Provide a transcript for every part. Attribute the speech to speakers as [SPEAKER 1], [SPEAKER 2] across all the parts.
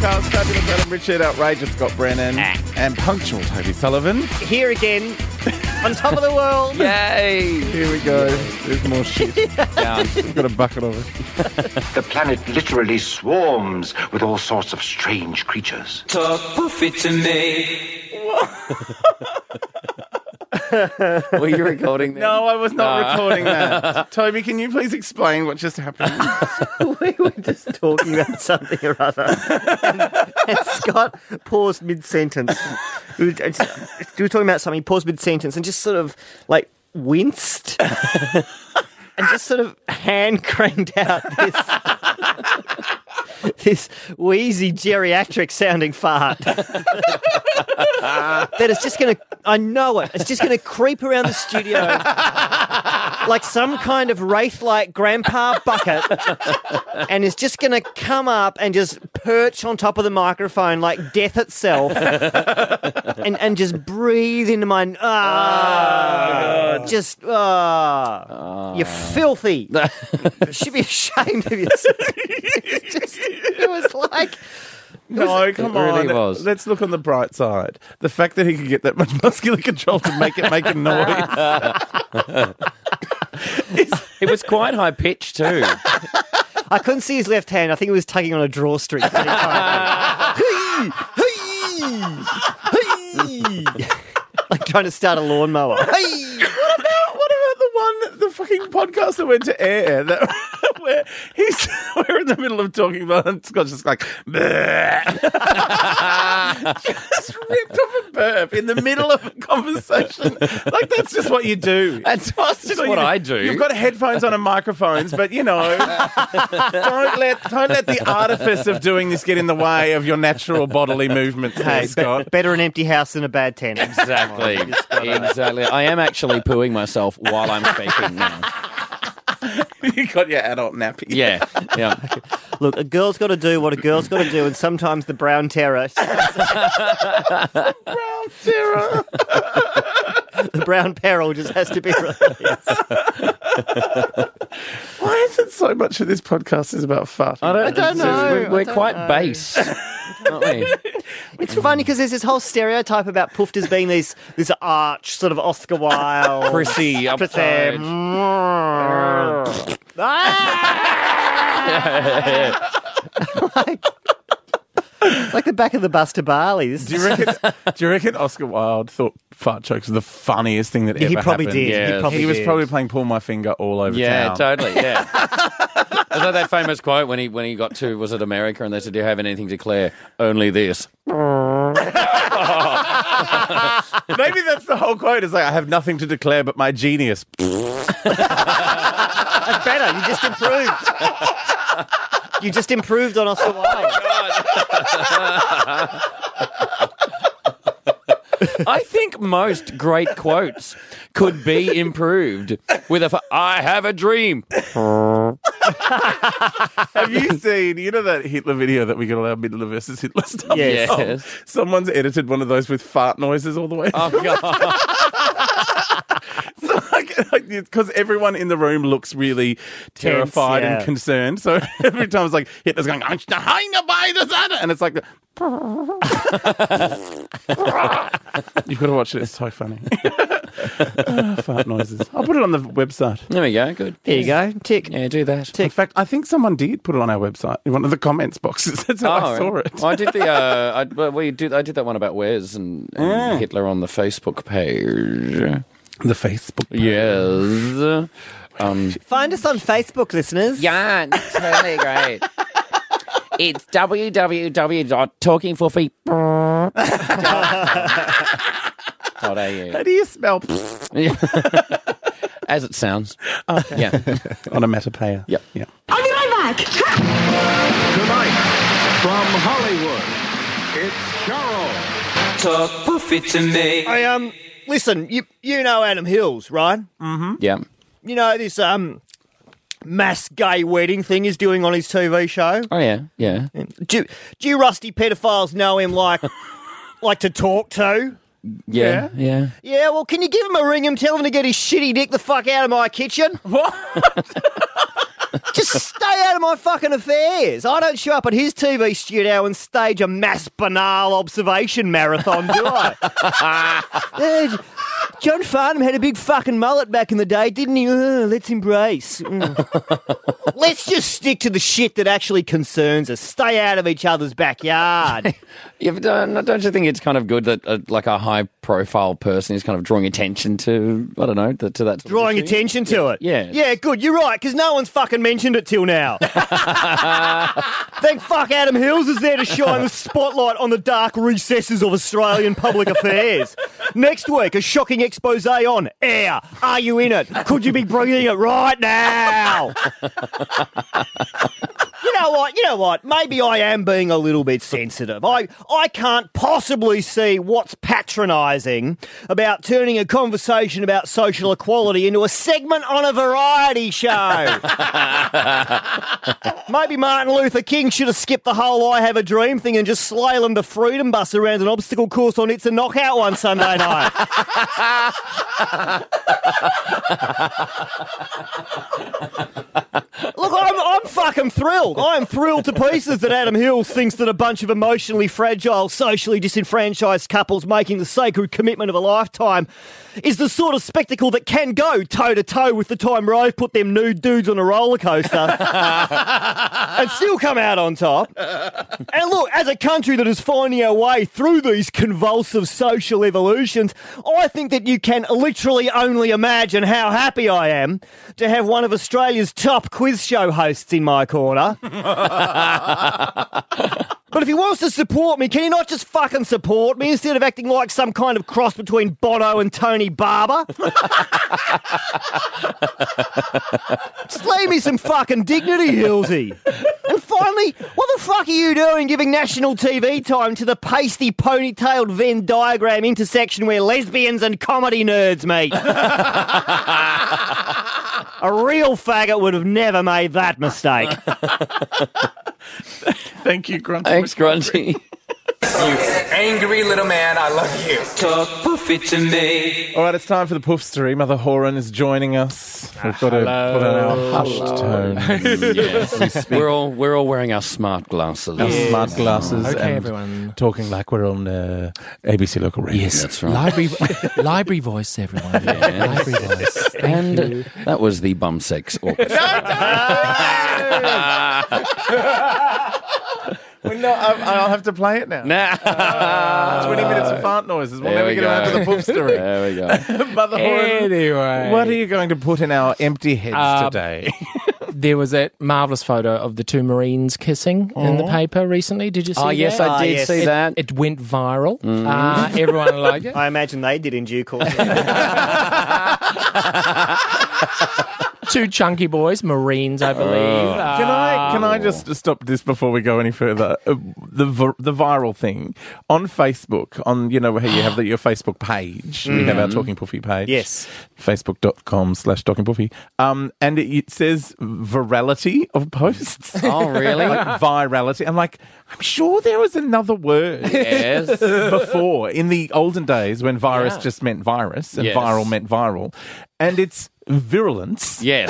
[SPEAKER 1] Cox, Carter McCallum, Richard, Outrageous Scott Brennan,
[SPEAKER 2] Ah.
[SPEAKER 1] and punctual Toby Sullivan.
[SPEAKER 2] Here again, on top of the world.
[SPEAKER 3] Yay!
[SPEAKER 1] Here we go. There's more shit. We've got a bucket of it.
[SPEAKER 4] The planet literally swarms with all sorts of strange creatures.
[SPEAKER 5] Talk poofy to me.
[SPEAKER 3] Were you recording that?
[SPEAKER 1] No, I was not recording that. Toby, can you please explain what just happened?
[SPEAKER 2] we were just talking about something or other. And, and Scott paused mid sentence. We were just- we were talking about something, he paused mid sentence and just sort of like winced and just sort of hand cranked out this. This wheezy geriatric sounding fart that is just going to, I know it, it's just going to creep around the studio like some kind of wraith like grandpa bucket and is just going to come up and just perch on top of the microphone like death itself and, and just breathe into my. Ah, just. Ah, You're filthy. you should be ashamed of yourself. It's just- it was like.
[SPEAKER 1] No, come
[SPEAKER 3] It really
[SPEAKER 1] on.
[SPEAKER 3] was.
[SPEAKER 1] Let's look on the bright side. The fact that he could get that much muscular control to make it make a noise.
[SPEAKER 3] It was quite high pitched too.
[SPEAKER 2] I couldn't see his left hand. I think he was tugging on a drawstring. pretty tightly. like trying to start a lawnmower.
[SPEAKER 1] what about what about the one the fucking podcast that went to air that where he's we're in the middle of talking about and Scott's just like "Bleh." just ripped off a burp in the middle of a conversation. Like that's just what you do.
[SPEAKER 3] That's just
[SPEAKER 1] So
[SPEAKER 3] what
[SPEAKER 1] you-
[SPEAKER 3] I do.
[SPEAKER 1] You've got headphones on and microphones, but you know, don't let don't let the artifice of doing this get in the way of your natural bodily movements, hey,
[SPEAKER 2] Hey,
[SPEAKER 1] Scott.
[SPEAKER 2] be- better an empty house than a bad tenant.
[SPEAKER 3] exactly.
[SPEAKER 2] Oh,
[SPEAKER 3] exactly. I am actually pooing myself while I'm speaking now.
[SPEAKER 1] you got your adult nappy.
[SPEAKER 3] Yeah. Yeah.
[SPEAKER 2] Look, a girl's got to do what a girl's got to do, and sometimes the brown terror,
[SPEAKER 1] Brown terror.
[SPEAKER 2] the brown peril, just has to be. released.
[SPEAKER 1] Why is it so much of this podcast is about farting?
[SPEAKER 3] I don't,
[SPEAKER 2] don't know.
[SPEAKER 3] We're, we're
[SPEAKER 2] I don't
[SPEAKER 3] quite
[SPEAKER 2] know.
[SPEAKER 3] base, aren't we?
[SPEAKER 2] It's funny because there's this whole stereotype about Poofed as being these this arch sort of Oscar Wilde,
[SPEAKER 3] Prissy, upside.
[SPEAKER 2] Ah! like, it's like the back of the bus to Bali. This
[SPEAKER 1] Do you reckon? do you reckon Oscar Wilde thought fart jokes were the funniest thing that
[SPEAKER 2] Yeah,
[SPEAKER 1] ever
[SPEAKER 2] he probably
[SPEAKER 1] happened?
[SPEAKER 2] did.
[SPEAKER 3] Yes.
[SPEAKER 2] He probably
[SPEAKER 1] He was
[SPEAKER 2] did.
[SPEAKER 1] probably playing "Pull My Finger" all over
[SPEAKER 3] Yeah,
[SPEAKER 1] town.
[SPEAKER 3] totally. Yeah. It's like that famous quote when he when he got to was it America and they said, "Do you have anything to declare? Only this."
[SPEAKER 1] Maybe that's the whole quote. Is like, I have nothing to declare but my genius.
[SPEAKER 2] That's better. You just improved. you just improved on Oscar Wilde.
[SPEAKER 3] I think most great quotes could be improved with a f- "I have a dream."
[SPEAKER 1] Have you seen? You know that Hitler video that we got allowed Hitler versus Hitler stuff.
[SPEAKER 2] Yes.
[SPEAKER 3] Yes.
[SPEAKER 1] Someone's edited one of those with fart noises all the way.
[SPEAKER 3] Oh God.
[SPEAKER 1] so like, because everyone in the room looks really terrified and
[SPEAKER 2] yeah.
[SPEAKER 1] concerned. So every time it's like Hitler's going, "I'm behind the by the sun," and it's like, you've got to watch it. It's so funny. Ah, fart noises. I'll put it on the website.
[SPEAKER 3] There we go. Good.
[SPEAKER 2] There you go. Tick.
[SPEAKER 3] Yeah, do that.
[SPEAKER 1] In fact, I think someone did put it on our website in one of the comments boxes. That's how I
[SPEAKER 3] Oh,
[SPEAKER 1] saw
[SPEAKER 3] right.
[SPEAKER 1] it.
[SPEAKER 3] Well, I did the uh, I, well, we did, I did that one about Wes and, and Hitler on the Facebook page.
[SPEAKER 1] The Facebook.
[SPEAKER 3] Yes. Um,
[SPEAKER 2] Find us on Facebook, listeners.
[SPEAKER 3] yeah, totally great. It's www.talkingforfeet.au.
[SPEAKER 1] How do you spell
[SPEAKER 3] As it sounds. Yeah.
[SPEAKER 1] on a metapayer?
[SPEAKER 3] Yep.
[SPEAKER 1] Yeah.
[SPEAKER 6] I'll be right back.
[SPEAKER 7] Tonight, from Hollywood, it's Carol.
[SPEAKER 5] Talk poofy to me.
[SPEAKER 2] I um listen, you you know Adam Hills, right?
[SPEAKER 3] Yeah.
[SPEAKER 2] You know this um mass gay wedding thing he's doing on his TV show.
[SPEAKER 3] Oh, yeah. Yeah.
[SPEAKER 2] Do do you rusty pedophiles know him like like to talk to?
[SPEAKER 3] Yeah. Yeah.
[SPEAKER 2] Yeah, well, can you give him a ring and tell him to get his shitty dick the fuck out of my kitchen? What? Just stay out of my fucking affairs. I don't show up at his TV studio and stage a mass banal observation marathon, do I? Yeah, John Farnham had a big fucking mullet back in the day, didn't he? Uh, let's embrace. Mm. let's just stick to the shit that actually concerns us. Stay out of each other's backyard.
[SPEAKER 3] Yeah, but uh, don't, don't you think it's kind of good that uh, like a high profile person is kind of drawing attention to I don't know to, to that sort of
[SPEAKER 2] Drawing
[SPEAKER 3] issue?
[SPEAKER 2] attention to it.
[SPEAKER 3] yeah.
[SPEAKER 2] Yeah, good. You're right, because no one's fucking mentioned it till now. Thank fuck Adam Hills is there to shine the spotlight on the dark recesses of Australian public affairs. Next week, a shocking expose on air. Are you in it? Could you be breathing it right now? You know what? You know what? Maybe I am being a little bit sensitive. I, I can't possibly see what's patronising about turning a conversation about social equality into a segment on a variety show. Maybe Martin Luther King should have skipped the whole I Have a Dream thing and just slalom the freedom bus around an obstacle course on It's a Knockout one Sunday night. Look, I'm, I'm fucking thrilled. I'm thrilled to pieces that Adam Hills thinks that a bunch of emotionally fragile, socially disenfranchised couples making the sacred commitment of a lifetime is the sort of spectacle that can go toe to toe with the time Rove put them nude dudes on a roller coaster and still come out on top. And look, as a country that is finding our way through these convulsive social evolutions, I think that you can literally only imagine how happy I am to have one of Australia's top quiz show hosts in my corner. But if he wants to support me, can he not just fucking support me instead of acting like some kind of cross between Bono and Tony Barber? just leave me some fucking dignity, Hilsey. And finally, what the fuck are you doing giving national TV time to the pasty ponytailed Venn diagram intersection where lesbians and comedy nerds meet? A real faggot would have never made that mistake.
[SPEAKER 1] Thank you, Grunt.
[SPEAKER 3] Thanks, Grunty.
[SPEAKER 5] You angry little man, I love you. Talk poofy to me.
[SPEAKER 1] All right, it's time for the poofstery. Mother Horan is joining us.
[SPEAKER 3] Ah,
[SPEAKER 1] We've got to put on our hushed tone,
[SPEAKER 3] we're all we're all wearing our smart glasses.
[SPEAKER 1] our smart glasses,
[SPEAKER 6] Okay,
[SPEAKER 1] and
[SPEAKER 6] everyone.
[SPEAKER 1] talking like we're on uh, ABC local radio.
[SPEAKER 3] Yes, that's right.
[SPEAKER 6] Library, library voice, everyone. Library voice.
[SPEAKER 3] and uh, that was the bum sex orchestra.
[SPEAKER 1] Well, no, I, I'll have to play it now. Uh, Twenty minutes of fart noises. We'll
[SPEAKER 3] There
[SPEAKER 1] never
[SPEAKER 3] we
[SPEAKER 1] get around to
[SPEAKER 3] go.
[SPEAKER 1] the poofstery.
[SPEAKER 3] there we go.
[SPEAKER 1] Mother Horan,
[SPEAKER 6] Anyway,
[SPEAKER 1] what are you going to put in our empty heads
[SPEAKER 6] Uh,
[SPEAKER 1] today?
[SPEAKER 6] There was that marvelous photo of the two Marines kissing in the paper recently. Did you see?
[SPEAKER 3] Oh yes,
[SPEAKER 6] that?
[SPEAKER 2] Ah,
[SPEAKER 3] I did
[SPEAKER 2] yes.
[SPEAKER 3] see
[SPEAKER 2] It-
[SPEAKER 3] that.
[SPEAKER 6] It went viral. Uh, everyone liked it.
[SPEAKER 2] I imagine they did in due course.
[SPEAKER 6] two chunky boys, Marines, I believe. Uh,
[SPEAKER 1] Can I
[SPEAKER 3] Ah.
[SPEAKER 1] can I just stop this before we go any further? Uh, the vir- the viral thing on Facebook, on you know how you have the, your Facebook page, we have our
[SPEAKER 3] Mm-hmm.
[SPEAKER 1] Talking Puffy page.
[SPEAKER 2] Yes.
[SPEAKER 1] facebook.com slash Talking Puffy, um, and it, it says virality of posts.
[SPEAKER 3] Oh really?
[SPEAKER 1] Like virality. I'm like, I'm sure there was another word
[SPEAKER 3] yes.
[SPEAKER 1] before in the olden days when virus just meant virus and
[SPEAKER 3] Yes.
[SPEAKER 1] viral meant viral, and it's virulence.
[SPEAKER 3] Yes.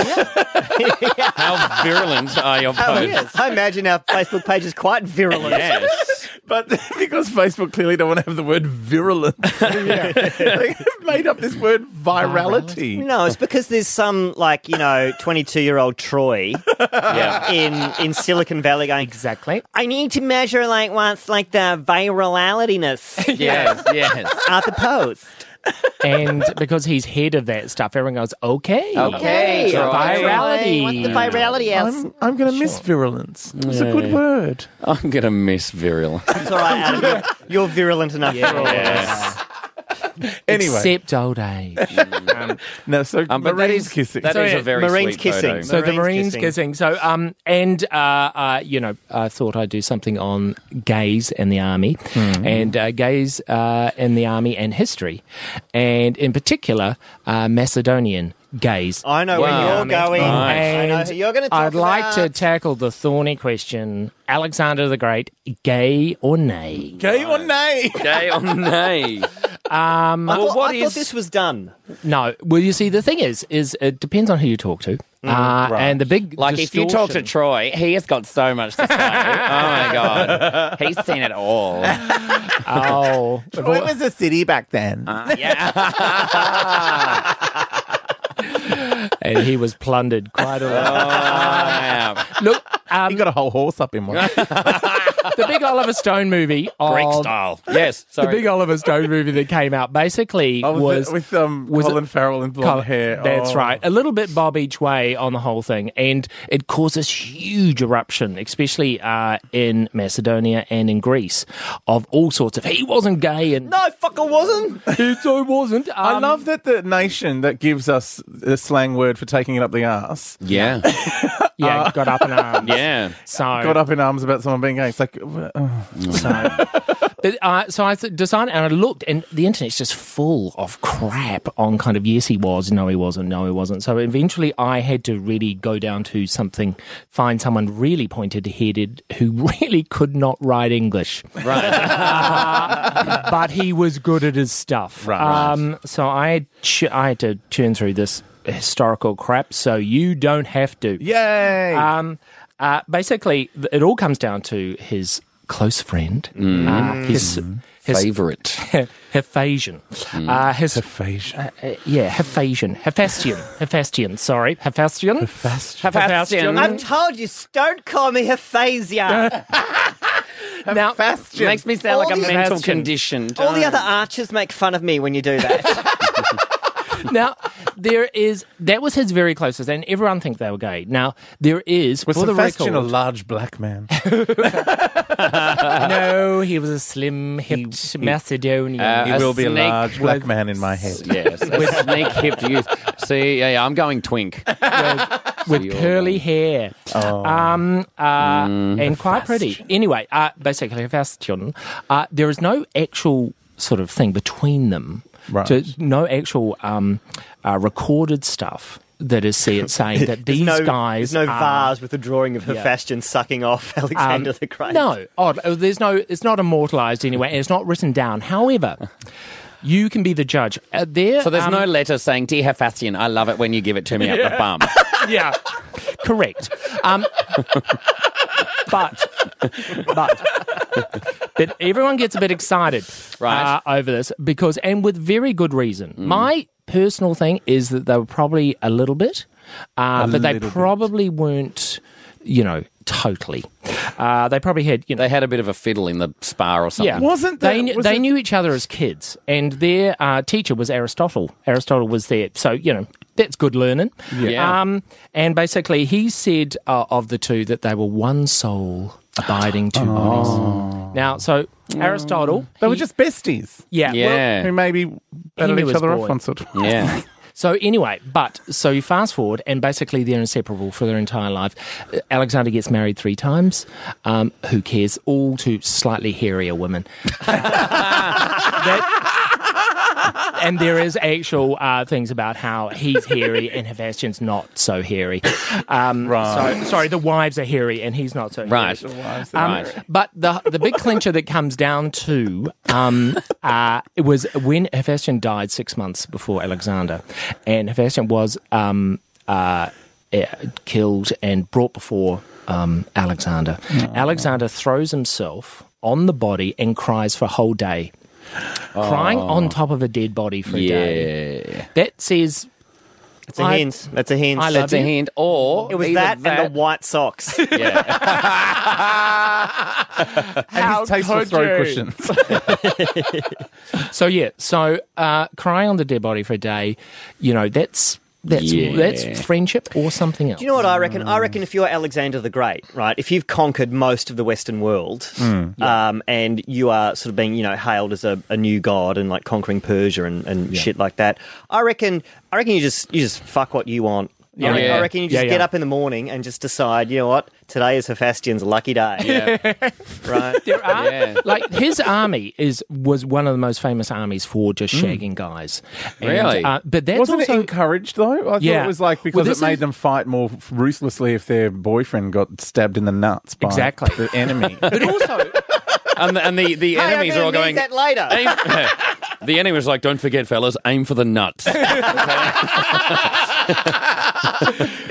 [SPEAKER 3] How virulent are your
[SPEAKER 2] Oh,
[SPEAKER 3] posts?
[SPEAKER 2] yes. I imagine our Facebook page is quite virulent.
[SPEAKER 3] Yes.
[SPEAKER 1] But because Facebook clearly don't want to have the word virulent, they have made up this word virality.
[SPEAKER 2] No, it's because there's some like you know, 22 year old Troy
[SPEAKER 3] Yeah.
[SPEAKER 2] in in Silicon Valley going.
[SPEAKER 6] Exactly.
[SPEAKER 2] I need to measure like what's like the viralityness
[SPEAKER 3] Yes. Yes.
[SPEAKER 2] at the post.
[SPEAKER 6] And because he's head of that stuff, everyone goes, okay.
[SPEAKER 3] Okay,
[SPEAKER 6] It's a
[SPEAKER 3] Troy.
[SPEAKER 6] Virality.
[SPEAKER 2] What's the virality else?
[SPEAKER 1] I'm, I'm going to miss virulence. It's a good word.
[SPEAKER 3] I'm gonna miss virulent.
[SPEAKER 2] It's all right, Adam. You're, you're virulent enough for all of us.
[SPEAKER 1] Anyway,
[SPEAKER 6] Except old age.
[SPEAKER 1] no, so
[SPEAKER 3] Um, but that
[SPEAKER 1] Marines
[SPEAKER 3] is
[SPEAKER 1] kissing.
[SPEAKER 3] That
[SPEAKER 2] So,
[SPEAKER 3] is
[SPEAKER 2] yeah,
[SPEAKER 3] a very
[SPEAKER 2] Marines
[SPEAKER 3] sweet
[SPEAKER 2] kissing.
[SPEAKER 3] Photo.
[SPEAKER 6] So the
[SPEAKER 2] Marines
[SPEAKER 6] Marines
[SPEAKER 2] kissing.
[SPEAKER 6] kissing. So um and uh, uh you know I thought I'd do something on gays and the army
[SPEAKER 2] Hmm.
[SPEAKER 6] and uh, gays uh, in the army and history, and in particular uh, Macedonian gays.
[SPEAKER 2] I know where
[SPEAKER 3] Wow.
[SPEAKER 2] you're going. I know
[SPEAKER 6] And
[SPEAKER 2] who you're going to talk
[SPEAKER 6] I'd like to
[SPEAKER 2] about.
[SPEAKER 6] tackle the thorny question: Alexander the Great, gay or nay?
[SPEAKER 1] Gay or nay?
[SPEAKER 3] Gay or nay?
[SPEAKER 2] I thought,
[SPEAKER 3] Um, what
[SPEAKER 2] I thought
[SPEAKER 3] is-
[SPEAKER 2] this was done.
[SPEAKER 6] No. Well, you see, the thing is, is it depends on who you talk to. Uh, And the big
[SPEAKER 3] Mm-hmm. Like if you talk to Troy,
[SPEAKER 6] distortion-
[SPEAKER 3] he has got so much to say. oh my god, he's seen it all.
[SPEAKER 6] oh,
[SPEAKER 1] Troy was a city back then.
[SPEAKER 3] Yeah.
[SPEAKER 6] and he was plundered quite a lot.
[SPEAKER 3] uh, Oh,
[SPEAKER 6] Look, um,
[SPEAKER 1] he got a whole horse up in one.
[SPEAKER 6] the big Oliver Stone movie of
[SPEAKER 3] Greek style. Yes.
[SPEAKER 6] the
[SPEAKER 3] Sorry.
[SPEAKER 6] big Oliver Stone movie that came out basically
[SPEAKER 1] Oh, with,
[SPEAKER 6] was
[SPEAKER 1] the- with um,
[SPEAKER 6] was
[SPEAKER 1] Colin
[SPEAKER 6] it-
[SPEAKER 1] Farrell and blonde
[SPEAKER 6] Colour-
[SPEAKER 1] hair.
[SPEAKER 6] That's
[SPEAKER 1] Oh.
[SPEAKER 6] right. A little bit bob each way on the whole thing, and it caused this huge eruption, especially uh, in Macedonia and in Greece, of all sorts of. He wasn't gay, and
[SPEAKER 2] No, fucker wasn't.
[SPEAKER 6] he so wasn't.
[SPEAKER 1] I
[SPEAKER 6] um,
[SPEAKER 1] love that the nation that gives us a slang word for taking it up the arse
[SPEAKER 3] Yeah.
[SPEAKER 6] Yeah, got up in arms.
[SPEAKER 3] Yeah.
[SPEAKER 6] So
[SPEAKER 1] uh, got up in arms about someone being gay. It's like, oh.
[SPEAKER 6] So, but, uh, so I th- decided, and I looked, and the internet's just full of crap on kind of yes, he was, no, he wasn't, no, he wasn't. So eventually, I had to really go down to something, find someone really pointed headed who really could not write English, right? but he was good at his stuff.
[SPEAKER 1] Right.
[SPEAKER 6] Um, so I had ch- I had to churn through this historical crap, so you don't have to.
[SPEAKER 1] yay.
[SPEAKER 6] Um, uh, basically, th- it all comes down to his close friend, uh, his, his
[SPEAKER 3] Favorite.
[SPEAKER 6] Hephasian. Uh, his, Hephasian. yeah, Hephasian. Hephaestion. Hephaestion, sorry. Hephaestion? Hephaestion.
[SPEAKER 2] I've told you, don't call me Hephasia.
[SPEAKER 6] Now,
[SPEAKER 1] Bastion.
[SPEAKER 3] Makes me sound
[SPEAKER 2] All
[SPEAKER 3] like a
[SPEAKER 2] the-
[SPEAKER 3] mental
[SPEAKER 6] Bastion.
[SPEAKER 3] condition.
[SPEAKER 2] All the other archers make fun of me when you do that.
[SPEAKER 6] now, there is, that was his very closest, and everyone thinks they were gay. Now, there is,
[SPEAKER 1] was
[SPEAKER 6] for the
[SPEAKER 1] Sebastian
[SPEAKER 6] record,
[SPEAKER 1] a large black man?
[SPEAKER 6] no, he was a slim, hipped Macedonian.
[SPEAKER 3] Uh,
[SPEAKER 1] He
[SPEAKER 3] A
[SPEAKER 1] will be a
[SPEAKER 3] snake
[SPEAKER 1] large black
[SPEAKER 3] with-
[SPEAKER 1] man in my head.
[SPEAKER 3] Yes, a snake hipped youth. See, yeah, yeah, I'm going twink.
[SPEAKER 6] with
[SPEAKER 3] you're
[SPEAKER 6] curly
[SPEAKER 3] one.
[SPEAKER 6] hair.
[SPEAKER 2] Oh.
[SPEAKER 6] Um, uh,
[SPEAKER 2] Mm.
[SPEAKER 6] and quite pretty. Anyway, uh, basically, Fastion, uh, there is no actual sort of thing between them.
[SPEAKER 1] Right.
[SPEAKER 6] So no actual um, uh, recorded stuff that is said saying that these
[SPEAKER 2] no,
[SPEAKER 6] guys
[SPEAKER 2] There's no
[SPEAKER 6] are,
[SPEAKER 2] vase with a drawing of Hephaestion sucking off
[SPEAKER 6] um,
[SPEAKER 2] Alexander the Great.
[SPEAKER 6] No, odd. Uh, There's no. It's not immortalized anyway, and it's not written down. However, you can be the judge. Uh, there,
[SPEAKER 3] So there's
[SPEAKER 6] um,
[SPEAKER 3] no letter saying, Dear Hephaestion, I love it when you give it to me up the bum.
[SPEAKER 6] yeah, correct. Um, but but but everyone gets a bit excited
[SPEAKER 3] Right.
[SPEAKER 6] uh, over this because, and with very good reason.
[SPEAKER 1] Mm.
[SPEAKER 6] My personal thing is that they were probably a little bit, uh, but they
[SPEAKER 1] little bit.
[SPEAKER 6] probably weren't. You know, totally. Uh, they probably had you know
[SPEAKER 3] They had a bit of a fiddle in the spa or something.
[SPEAKER 6] yeah,
[SPEAKER 1] Wasn't
[SPEAKER 6] they?
[SPEAKER 1] that-
[SPEAKER 6] kn-
[SPEAKER 1] was
[SPEAKER 6] they
[SPEAKER 1] it-
[SPEAKER 6] knew each other as kids, and their uh, teacher was Aristotle. Aristotle was there, so you know that's good learning.
[SPEAKER 3] Yeah.
[SPEAKER 6] Um, and basically, he said uh, of the two that they were one soul, abiding two bodies. Now, so Aristotle,
[SPEAKER 1] Oh. They were
[SPEAKER 6] he-
[SPEAKER 1] just besties
[SPEAKER 6] yeah, well,
[SPEAKER 3] Yeah.
[SPEAKER 1] who maybe batted
[SPEAKER 6] knew
[SPEAKER 1] each
[SPEAKER 6] his
[SPEAKER 1] other
[SPEAKER 6] boy.
[SPEAKER 1] off once or twice.
[SPEAKER 3] yeah.
[SPEAKER 6] So anyway, but so you fast forward, and basically they're inseparable for their entire life. Uh, Alexander gets married three times. Um, who cares? All to slightly hairier women. That- and there is actual uh, things about how he's hairy and Hephaestion's not so hairy. Um, so- sorry, the wives are hairy and he's not so hairy.
[SPEAKER 3] Right.
[SPEAKER 6] Um,
[SPEAKER 3] Right.
[SPEAKER 6] But the the big clincher that comes down to um, uh, it was when Hephaestion died six months before Alexander, and Hephaestion was um, uh, eh, killed and brought before um, Alexander. Alexander throws himself on the body and cries for a whole day, crying on top of a dead body for a day.
[SPEAKER 3] Oh. Yeah.
[SPEAKER 6] That says
[SPEAKER 2] It's a
[SPEAKER 6] I-
[SPEAKER 2] hint. That's a hint.
[SPEAKER 6] I love
[SPEAKER 3] That's a
[SPEAKER 6] you.
[SPEAKER 3] hint. Or
[SPEAKER 2] it was
[SPEAKER 3] either
[SPEAKER 2] that, and the white socks.
[SPEAKER 3] yeah.
[SPEAKER 1] And
[SPEAKER 6] How
[SPEAKER 1] his taste for
[SPEAKER 6] could
[SPEAKER 1] throw
[SPEAKER 6] you?
[SPEAKER 1] cushions.
[SPEAKER 6] So yeah, so uh, crying on the dead body for a day, you know that's that's
[SPEAKER 3] Yeah.
[SPEAKER 6] that's friendship or something else.
[SPEAKER 2] Do you know what I reckon? I reckon if you're Alexander the Great, right, if you've conquered most of the Western world, um, and you are sort of being, you know, hailed as a, a new god and like conquering Persia and, and shit like that, I reckon, I reckon you just you just fuck what you want. I, reckon,
[SPEAKER 3] Yeah.
[SPEAKER 2] I reckon you just
[SPEAKER 6] Yeah,
[SPEAKER 2] get
[SPEAKER 6] yeah.
[SPEAKER 2] up in the morning and just decide, you know what, today is Hephaestion's lucky day,
[SPEAKER 3] Yeah.
[SPEAKER 2] right?
[SPEAKER 6] There are
[SPEAKER 3] Yeah.
[SPEAKER 6] like his army is was one of the most famous armies for just shagging guys. And,
[SPEAKER 3] Really?
[SPEAKER 6] uh, but that's
[SPEAKER 1] Wasn't
[SPEAKER 6] also
[SPEAKER 1] it encouraged though? I
[SPEAKER 6] Yeah.
[SPEAKER 1] thought it was like
[SPEAKER 6] Well,
[SPEAKER 1] because
[SPEAKER 6] this
[SPEAKER 1] it made
[SPEAKER 6] is-
[SPEAKER 1] them fight more ruthlessly if their boyfriend got stabbed in the nuts by
[SPEAKER 6] Exactly.
[SPEAKER 1] the enemy.
[SPEAKER 6] but also
[SPEAKER 3] And the, and the, the
[SPEAKER 2] Hey, I'm
[SPEAKER 3] enemies are
[SPEAKER 2] gonna
[SPEAKER 3] all
[SPEAKER 2] need
[SPEAKER 3] going.
[SPEAKER 2] that later.
[SPEAKER 3] Aim- the enemy was like, Don't forget, fellas, aim for the nuts.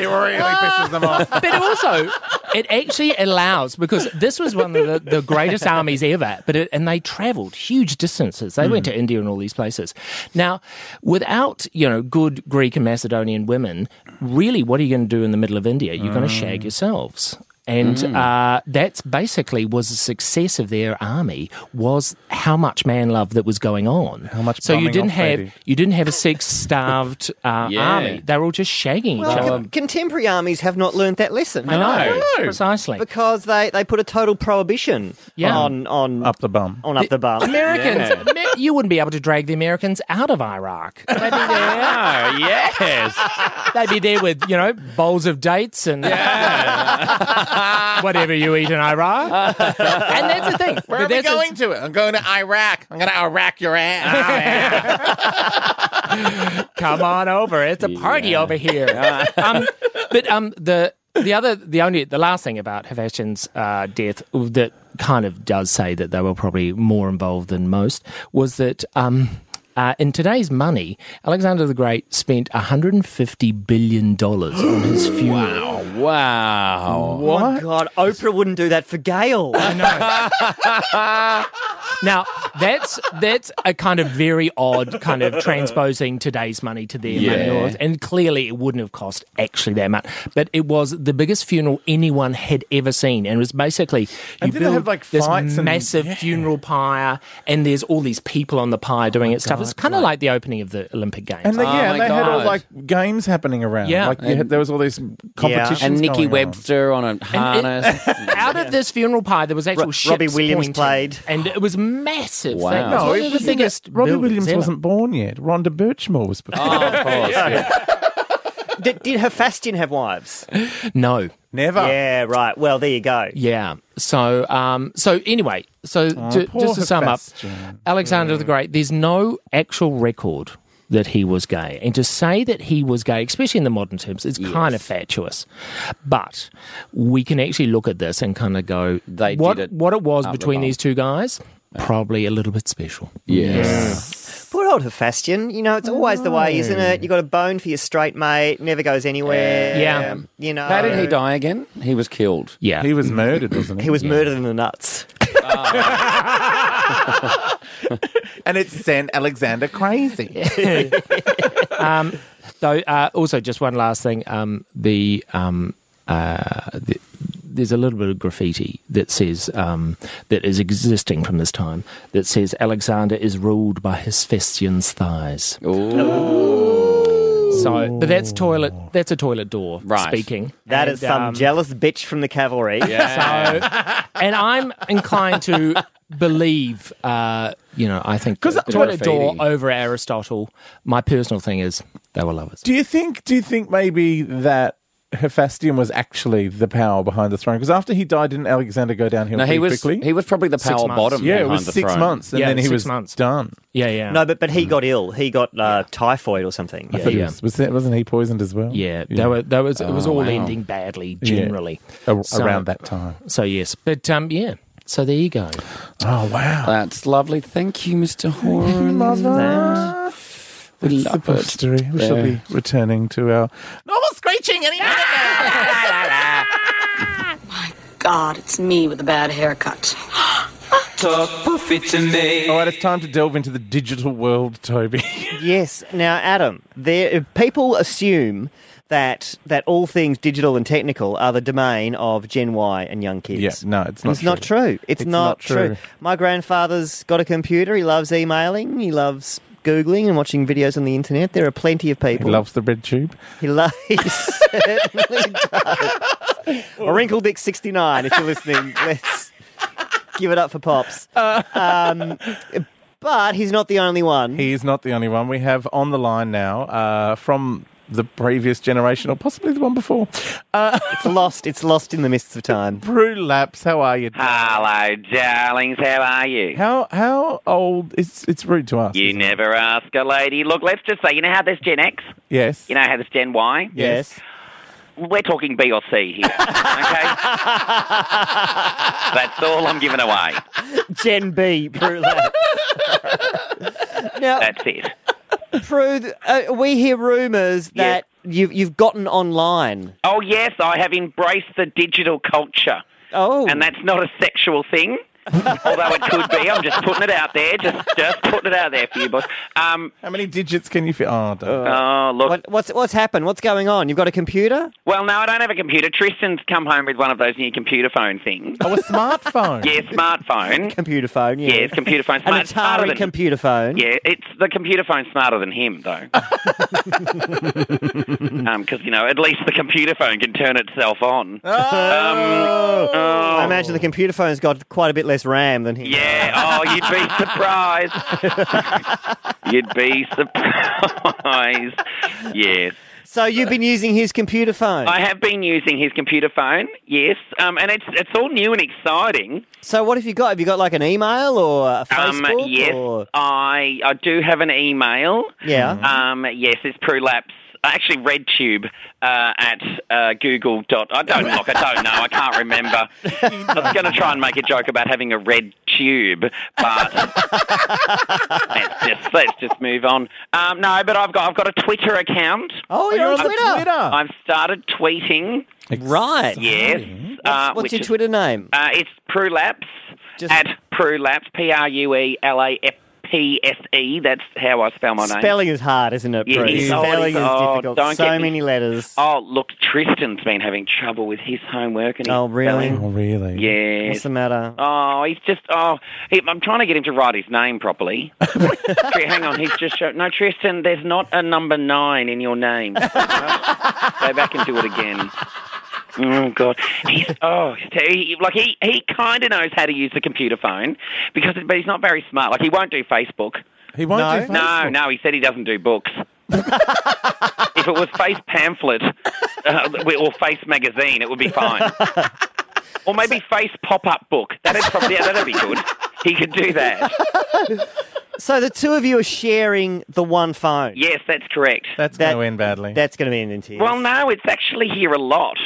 [SPEAKER 1] It really pisses them off.
[SPEAKER 6] but it also it actually allows because this was one of the, the greatest armies ever but it, and they traveled huge distances they went to india and all these places now without you know good greek and macedonian women really what are you going to do in the middle of india you're going to shag yourselves and uh, that's basically was the success of their army was how much man love that was going on. How
[SPEAKER 1] much
[SPEAKER 6] So you
[SPEAKER 1] bumming
[SPEAKER 6] didn't
[SPEAKER 1] off
[SPEAKER 6] have
[SPEAKER 1] they did.
[SPEAKER 6] you didn't have a sex starved uh,
[SPEAKER 3] Yeah.
[SPEAKER 6] army. They were all just shagging each
[SPEAKER 2] Well,
[SPEAKER 6] other.
[SPEAKER 2] con- contemporary armies have not learned that lesson.
[SPEAKER 6] No, precisely.
[SPEAKER 2] Because they, they put a total prohibition
[SPEAKER 6] Yeah.
[SPEAKER 2] on on
[SPEAKER 1] Up the bum.
[SPEAKER 2] on up the bum.
[SPEAKER 6] Americans, Amer- you wouldn't be able to drag the Americans out of Iraq. They'd be there.
[SPEAKER 3] Oh, yes.
[SPEAKER 6] They'd be there with you know bowls of dates and whatever you eat in Iraq. and that's the thing.
[SPEAKER 1] Where
[SPEAKER 6] But
[SPEAKER 1] are we
[SPEAKER 6] that's a-
[SPEAKER 1] going to? I'm going to Iraq. I'm going to Iraq your ass.
[SPEAKER 6] come on over. It's a party over here. um, but um, the the other the only the last thing about Hephaestion's uh, death that kind of does say that they were probably more involved than most was that. Um, uh, in today's money, Alexander the Great spent 150 billion dollars on his funeral.
[SPEAKER 3] Wow.
[SPEAKER 2] Oh my god, Oprah wouldn't do that for Gail.
[SPEAKER 6] Now that's that's a kind of very odd kind of transposing today's money to their money,
[SPEAKER 3] Yeah.
[SPEAKER 6] laws, and clearly it wouldn't have cost actually that much. But it was the biggest funeral anyone had ever seen, and it was basically you
[SPEAKER 1] And did they
[SPEAKER 6] build
[SPEAKER 1] have, like,
[SPEAKER 6] this
[SPEAKER 1] fights and-
[SPEAKER 6] massive
[SPEAKER 1] yeah.
[SPEAKER 6] funeral pyre, and there's all these people on the pyre doing it stuff. It's kind of like the opening of the Olympic Games.
[SPEAKER 1] Oh And they, yeah,
[SPEAKER 3] Oh
[SPEAKER 1] and
[SPEAKER 3] my
[SPEAKER 1] they had all
[SPEAKER 3] God.
[SPEAKER 1] like games happening around.
[SPEAKER 6] Yeah.
[SPEAKER 1] like you had, there was all these competitions.
[SPEAKER 3] And
[SPEAKER 1] going
[SPEAKER 3] Nikki
[SPEAKER 1] on.
[SPEAKER 3] Webster on a harness.
[SPEAKER 6] out of this funeral pyre, there was actual
[SPEAKER 2] Ro-
[SPEAKER 6] ships
[SPEAKER 2] Robbie Williams
[SPEAKER 6] pointed,
[SPEAKER 2] played.
[SPEAKER 6] and it was massive.
[SPEAKER 3] Wow.
[SPEAKER 6] thing.
[SPEAKER 3] No,
[SPEAKER 6] It's one
[SPEAKER 1] it was
[SPEAKER 6] of the Oh. biggest.
[SPEAKER 1] Robbie
[SPEAKER 6] buildings
[SPEAKER 1] Williams
[SPEAKER 6] ever.
[SPEAKER 1] wasn't born yet. Rhonda Birchmore was. Before.
[SPEAKER 3] Oh, of course.
[SPEAKER 2] did, did Hephaestion have wives?
[SPEAKER 6] No.
[SPEAKER 1] Never.
[SPEAKER 2] Yeah, right. Well, there you go.
[SPEAKER 6] Yeah. So, um, so anyway, so
[SPEAKER 3] Oh,
[SPEAKER 6] to,
[SPEAKER 1] poor
[SPEAKER 6] just to sum up,
[SPEAKER 1] Hephaestion.
[SPEAKER 6] Alexander the Great, there's no actual record that he was gay. And to say that he was gay, especially in the modern terms, is kind of fatuous. But we can actually look at this and kind of go,
[SPEAKER 3] They
[SPEAKER 6] what,
[SPEAKER 3] did it
[SPEAKER 6] what it was
[SPEAKER 3] up the
[SPEAKER 6] between
[SPEAKER 3] bum.
[SPEAKER 6] these two guys, probably a little bit special.
[SPEAKER 3] Yes.
[SPEAKER 2] Poor old Hephaestion. You know, it's always the way, isn't it? You got a bone for your straight mate, never goes anywhere.
[SPEAKER 6] Yeah.
[SPEAKER 2] You know.
[SPEAKER 3] How did he die again? He was killed.
[SPEAKER 6] Yeah.
[SPEAKER 1] he was murdered, wasn't he?
[SPEAKER 2] He was murdered in the nuts.
[SPEAKER 1] and it sent Alexander crazy.
[SPEAKER 6] Though, uh, also, just one last thing. Um, the, um, uh, the there's a little bit of graffiti that says um, that is existing from this time that says Alexander is ruled by his Hephaestion's thighs. So, but that's toilet. That's a toilet door
[SPEAKER 3] Right.
[SPEAKER 6] speaking.
[SPEAKER 2] That
[SPEAKER 6] And,
[SPEAKER 2] is some
[SPEAKER 6] um,
[SPEAKER 2] jealous bitch from the cavalry.
[SPEAKER 3] Yeah.
[SPEAKER 6] and I'm inclined to believe. Uh, you know, I think because
[SPEAKER 3] the
[SPEAKER 6] toilet door
[SPEAKER 3] graffiti.
[SPEAKER 6] over Aristotle. My personal thing is they were lovers.
[SPEAKER 1] do you think? Do you think maybe that? Hephaestion was actually the power behind the throne because after he died, didn't Alexander go downhill
[SPEAKER 3] no,
[SPEAKER 1] pretty
[SPEAKER 3] he was
[SPEAKER 1] quickly?
[SPEAKER 3] he was probably the power
[SPEAKER 6] months.
[SPEAKER 3] bottom.
[SPEAKER 1] yeah, it
[SPEAKER 3] behind
[SPEAKER 1] was
[SPEAKER 3] the
[SPEAKER 1] six
[SPEAKER 3] throne.
[SPEAKER 1] months, and
[SPEAKER 6] Yeah,
[SPEAKER 1] then he
[SPEAKER 6] six
[SPEAKER 1] was
[SPEAKER 6] months.
[SPEAKER 1] done.
[SPEAKER 6] Yeah, yeah.
[SPEAKER 2] No, but but he got ill. He got uh, typhoid or something.
[SPEAKER 6] Yeah, yeah.
[SPEAKER 1] Was that, wasn't he poisoned as well?
[SPEAKER 6] Yeah, that was, that was it was all
[SPEAKER 3] wow.
[SPEAKER 6] ending badly
[SPEAKER 1] Oh, Yeah.
[SPEAKER 6] generally.
[SPEAKER 1] A-
[SPEAKER 6] So-
[SPEAKER 1] around that time.
[SPEAKER 6] So yes, but um, yeah. So there you go.
[SPEAKER 1] Oh wow!
[SPEAKER 3] That's lovely. Thank you, Mr. Horan. We
[SPEAKER 1] That's the
[SPEAKER 3] love
[SPEAKER 1] puff
[SPEAKER 3] it.
[SPEAKER 1] story. We shall be returning to our normal screeching any minute now.
[SPEAKER 8] God, it's me with a bad haircut.
[SPEAKER 5] Talk poofy to me.
[SPEAKER 1] All right, it's time to delve into the digital world, Toby.
[SPEAKER 2] Yes. Now, Adam, there, people assume that that all things digital and technical are the domain of Gen Y and young kids.
[SPEAKER 1] Yeah, no, it's
[SPEAKER 2] And
[SPEAKER 1] not
[SPEAKER 2] It's not true. It's, not, true. My grandfather's got a computer. He loves emailing. He loves googling and watching videos on the internet. There are plenty of
[SPEAKER 1] he
[SPEAKER 2] people.
[SPEAKER 1] loves the red tube.
[SPEAKER 2] He, lo- he certainly does. Or Wrinkle Dick sixty nine. If you're listening, let's give it up for pops. Um,
[SPEAKER 1] Uh.
[SPEAKER 2] but he's not the only one.
[SPEAKER 1] He is not the only one. We have on the line now uh, from the previous generation, or possibly the one before. uh,
[SPEAKER 2] It's lost. It's lost in the mists of time.
[SPEAKER 1] Brew Laps, how are you?
[SPEAKER 9] Hello, darlings. How are you?
[SPEAKER 1] How how old? It's it's rude to ask.
[SPEAKER 9] You
[SPEAKER 1] isn't it?
[SPEAKER 9] never ask a lady. Look, let's just say, you know how there's Gen X?
[SPEAKER 1] Yes.
[SPEAKER 9] You know how there's Gen Y?
[SPEAKER 2] Yes.
[SPEAKER 9] We're talking B or C here, okay? That's all I'm giving away.
[SPEAKER 2] Gen B, Prue. Lab. now,
[SPEAKER 9] That's it.
[SPEAKER 2] Prue, uh, we hear rumours that you've you've gotten online.
[SPEAKER 9] Oh, yes, I have embraced the digital culture.
[SPEAKER 2] Oh,
[SPEAKER 9] And that's not a sexual thing, although it could be. I'm just putting it out there. Just, just putting it out there for you, boys. Um,
[SPEAKER 1] How many digits can you fit? Oh, don't.
[SPEAKER 9] oh, look.
[SPEAKER 2] what, what's what's happened? What's going on? You've got a computer?
[SPEAKER 9] Well, no, I don't have a computer. Tristan's come home with one of those new computer phone things.
[SPEAKER 1] oh, a smartphone.
[SPEAKER 9] Yeah, smartphone.
[SPEAKER 2] Computer phone? Yeah,
[SPEAKER 9] Yes, computer
[SPEAKER 2] An
[SPEAKER 9] phone. Smart, smarter
[SPEAKER 2] Atari
[SPEAKER 9] than,
[SPEAKER 2] computer phone.
[SPEAKER 9] Yeah, it's the computer phone's smarter than him, though. Because, you know, at least the computer phone can turn itself on.
[SPEAKER 1] Oh.
[SPEAKER 9] Oh,
[SPEAKER 2] I imagine the computer phone's got quite a bit less RAM than him.
[SPEAKER 9] Yeah, oh, you'd be surprised. you'd be surprised. Yes.
[SPEAKER 2] So you've been using his computer phone.
[SPEAKER 9] I have been using his computer phone, yes, um, and it's, it's all new and exciting.
[SPEAKER 2] so what have you got? Have you got like an email or a
[SPEAKER 9] Um,
[SPEAKER 2] Facebook?
[SPEAKER 9] yes,
[SPEAKER 2] Or...
[SPEAKER 9] I, I do have an email.
[SPEAKER 2] Yeah.
[SPEAKER 9] Um, yes, it's Prolapse. Actually, RedTube uh, at uh, Google. I don't look. I don't know. I can't remember. I was going to try and make a joke about having a red tube, but let's just let's just move on. Um, no, but I've got I've got a Twitter account.
[SPEAKER 2] Oh, you're,
[SPEAKER 1] You're
[SPEAKER 2] on
[SPEAKER 1] on the
[SPEAKER 2] Twitter.
[SPEAKER 1] Twitter.
[SPEAKER 9] I've started tweeting.
[SPEAKER 2] Right.
[SPEAKER 9] Yes. Uh,
[SPEAKER 2] What's
[SPEAKER 9] which
[SPEAKER 2] your
[SPEAKER 9] is-
[SPEAKER 2] Twitter name?
[SPEAKER 9] uh, it's Prulapse
[SPEAKER 2] Just-
[SPEAKER 9] at Prulapse. P R U E L A F P S E. That's how I spell my name.
[SPEAKER 2] Spelling is hard, isn't it?
[SPEAKER 9] Yeah,
[SPEAKER 2] Bruce?
[SPEAKER 9] it's hard.
[SPEAKER 2] Spelling is
[SPEAKER 9] Oh,
[SPEAKER 2] difficult.
[SPEAKER 9] don't
[SPEAKER 2] so
[SPEAKER 9] get me-
[SPEAKER 2] many letters.
[SPEAKER 9] Oh, look, Tristan's been having trouble with his homework and his
[SPEAKER 2] Oh, really?
[SPEAKER 9] spelling.
[SPEAKER 1] Oh, really?
[SPEAKER 2] What's
[SPEAKER 9] Yes.
[SPEAKER 2] the matter?
[SPEAKER 9] Oh, he's just oh, he, I'm trying to get him to write his name properly. Tri- Hang on, he's just show, no Tristan. There's not a number nine in your name. Go back and do it again. Oh God, he's oh, he, like he he kind of knows how to use the computer phone because, but he's not very smart. Like he won't do Facebook.
[SPEAKER 1] He won't
[SPEAKER 2] No.
[SPEAKER 1] do Facebook.
[SPEAKER 9] No, no, he said he doesn't do books. if it was Face Pamphlet uh, or Face Magazine, it would be fine. Or maybe Face Pop Up Book. That'd probably yeah, that'd be good. He could do that.
[SPEAKER 2] So the two of you are sharing the one phone.
[SPEAKER 9] Yes, that's correct.
[SPEAKER 1] That's
[SPEAKER 2] That-
[SPEAKER 1] going to end badly.
[SPEAKER 2] That's going to be an interview.
[SPEAKER 9] Well, no, it's actually here a lot.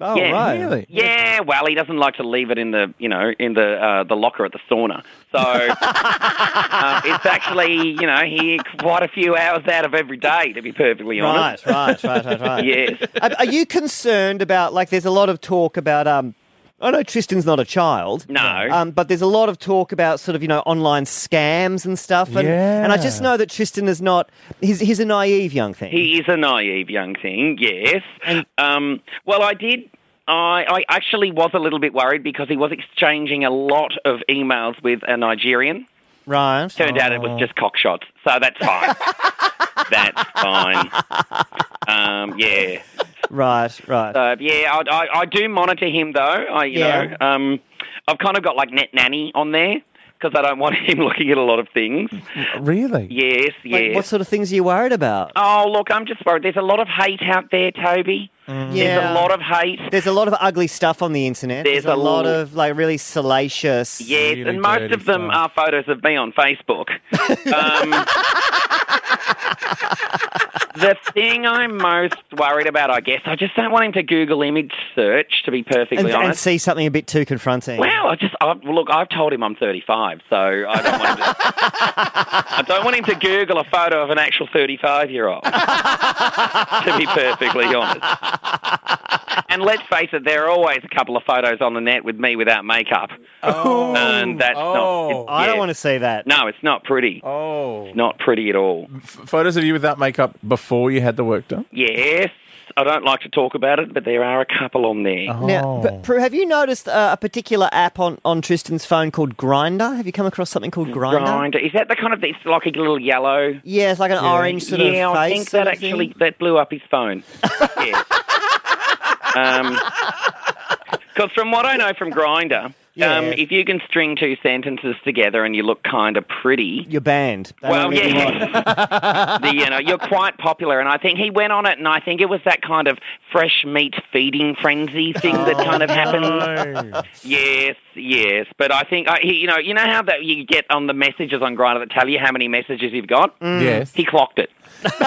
[SPEAKER 2] oh,
[SPEAKER 9] yeah.
[SPEAKER 2] right.
[SPEAKER 1] really?
[SPEAKER 9] Yeah, well, he doesn't like to leave it in the you know in the uh, the locker at the sauna. So um, it's actually you know here quite a few hours out of every day, to be perfectly honest.
[SPEAKER 2] Right, right, right, right, right.
[SPEAKER 9] Yes.
[SPEAKER 2] Are, are you concerned about like? There's a lot of talk about. Um, I know Tristan's not a child.
[SPEAKER 9] No.
[SPEAKER 2] Um, but there's a lot of talk about sort of you know online scams and stuff. And, and I just
[SPEAKER 1] Yeah.
[SPEAKER 2] know that Tristan is not. He's he's a naive young thing.
[SPEAKER 9] He is a naive young thing, yes. Um, well, I did. I, I actually was a little bit worried because he was exchanging a lot of emails with a Nigerian.
[SPEAKER 2] right.
[SPEAKER 9] Turned out
[SPEAKER 2] Oh.
[SPEAKER 9] it was just cockshots, so that's fine. that's fine. Um, yeah.
[SPEAKER 2] Right. Right.
[SPEAKER 9] So yeah, I, I, I do monitor him though. I you
[SPEAKER 2] Yeah.
[SPEAKER 9] know um, I've kind of got like net nanny on there because I don't want him looking at a lot of things.
[SPEAKER 1] Really?
[SPEAKER 9] Yes, yes.
[SPEAKER 2] Like, What sort of things are you worried about?
[SPEAKER 9] Oh, look, I'm just worried. There's a lot of hate out there, Toby. There's a lot of hate.
[SPEAKER 2] There's a lot of ugly stuff on the internet.
[SPEAKER 9] There's
[SPEAKER 2] a
[SPEAKER 9] a
[SPEAKER 2] lot
[SPEAKER 9] l-
[SPEAKER 2] of like really salacious.
[SPEAKER 9] Yes,
[SPEAKER 1] Really
[SPEAKER 9] and most
[SPEAKER 1] dirty
[SPEAKER 9] of them
[SPEAKER 1] stuff.
[SPEAKER 9] are photos of me on Facebook. um, the thing I'm most worried about, I guess, I just don't want him to Google image search, to be
[SPEAKER 2] And,
[SPEAKER 9] perfectly
[SPEAKER 2] and
[SPEAKER 9] honest.
[SPEAKER 2] see something a bit too confronting.
[SPEAKER 9] well, I just I, well, look. I've told him I'm 35, so I don't want him to. I don't want him to Google a photo of an actual 35-year-old. to be perfectly honest. And let's face it, there are always a couple of photos on the net with me without makeup.
[SPEAKER 1] Oh.
[SPEAKER 9] and that's not.
[SPEAKER 1] oh.
[SPEAKER 9] it-
[SPEAKER 2] I don't
[SPEAKER 9] yeah.
[SPEAKER 2] want to see that.
[SPEAKER 9] No, it's not pretty.
[SPEAKER 1] Oh.
[SPEAKER 9] Not pretty at all.
[SPEAKER 1] F- photos of you without makeup before you had the work done?
[SPEAKER 9] Yes, I don't like to talk about it, but there are a couple on there.
[SPEAKER 2] Now,
[SPEAKER 1] Oh.
[SPEAKER 2] but Prue, have you noticed uh, a particular app on, on Tristan's phone called Grinder? Have you come across something called Grinder?
[SPEAKER 9] Grinder. Is that the kind of it's like a little yellow?
[SPEAKER 2] Yeah, it's like an orange sort
[SPEAKER 9] yeah,
[SPEAKER 2] of face.
[SPEAKER 9] I think
[SPEAKER 2] sort
[SPEAKER 9] that
[SPEAKER 2] of thing.
[SPEAKER 9] actually that blew up his phone. yeah. Um, because from what I know from Grinder,
[SPEAKER 2] Yeah.
[SPEAKER 9] um, if you can string two sentences together and you look kind of pretty,
[SPEAKER 2] You're banned. They
[SPEAKER 9] Well,
[SPEAKER 2] don't really want it.
[SPEAKER 9] yeah, the, you know, you're quite popular, and I think he went on it, and I think it was that kind of fresh meat feeding frenzy thing that kind of
[SPEAKER 2] Oh.
[SPEAKER 9] happened. Yes, yes, but I think I, he, you know, you know how that you get on the messages on Grinder that tell you how many messages you've got.
[SPEAKER 1] Yes.
[SPEAKER 9] He clocked it.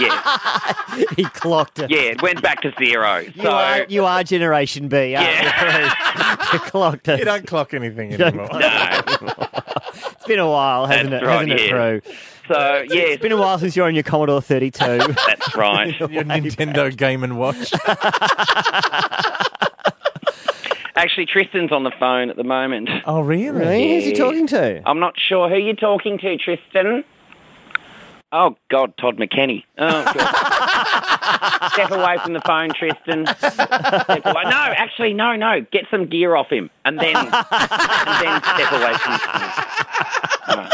[SPEAKER 9] yeah,
[SPEAKER 2] he clocked it.
[SPEAKER 9] yeah, it went back to zero.
[SPEAKER 2] You,
[SPEAKER 9] so
[SPEAKER 2] are, you are Generation B. aren't
[SPEAKER 9] Yeah.
[SPEAKER 2] you, Prue? you clocked it.
[SPEAKER 1] You don't clock anything anymore.
[SPEAKER 9] no,
[SPEAKER 2] It's been a while, hasn't
[SPEAKER 9] That's
[SPEAKER 2] it?
[SPEAKER 9] right,
[SPEAKER 2] hasn't it,
[SPEAKER 9] yeah.
[SPEAKER 2] bro?
[SPEAKER 9] So yes,
[SPEAKER 2] It's been a while since you're on your Commodore 32.
[SPEAKER 9] that's right.
[SPEAKER 10] Your Nintendo Game and Watch.
[SPEAKER 9] Actually, Tristan's on the phone at the moment.
[SPEAKER 10] Oh, really?
[SPEAKER 2] Really? Who's he talking to?
[SPEAKER 9] I'm not sure who you're talking to, Tristan. Oh God, Todd McKenny. Oh, God. Step away from the phone, Tristan. Step away. No, actually, no, no. Get some gear off him, and then and then step away from. The phone. No. No,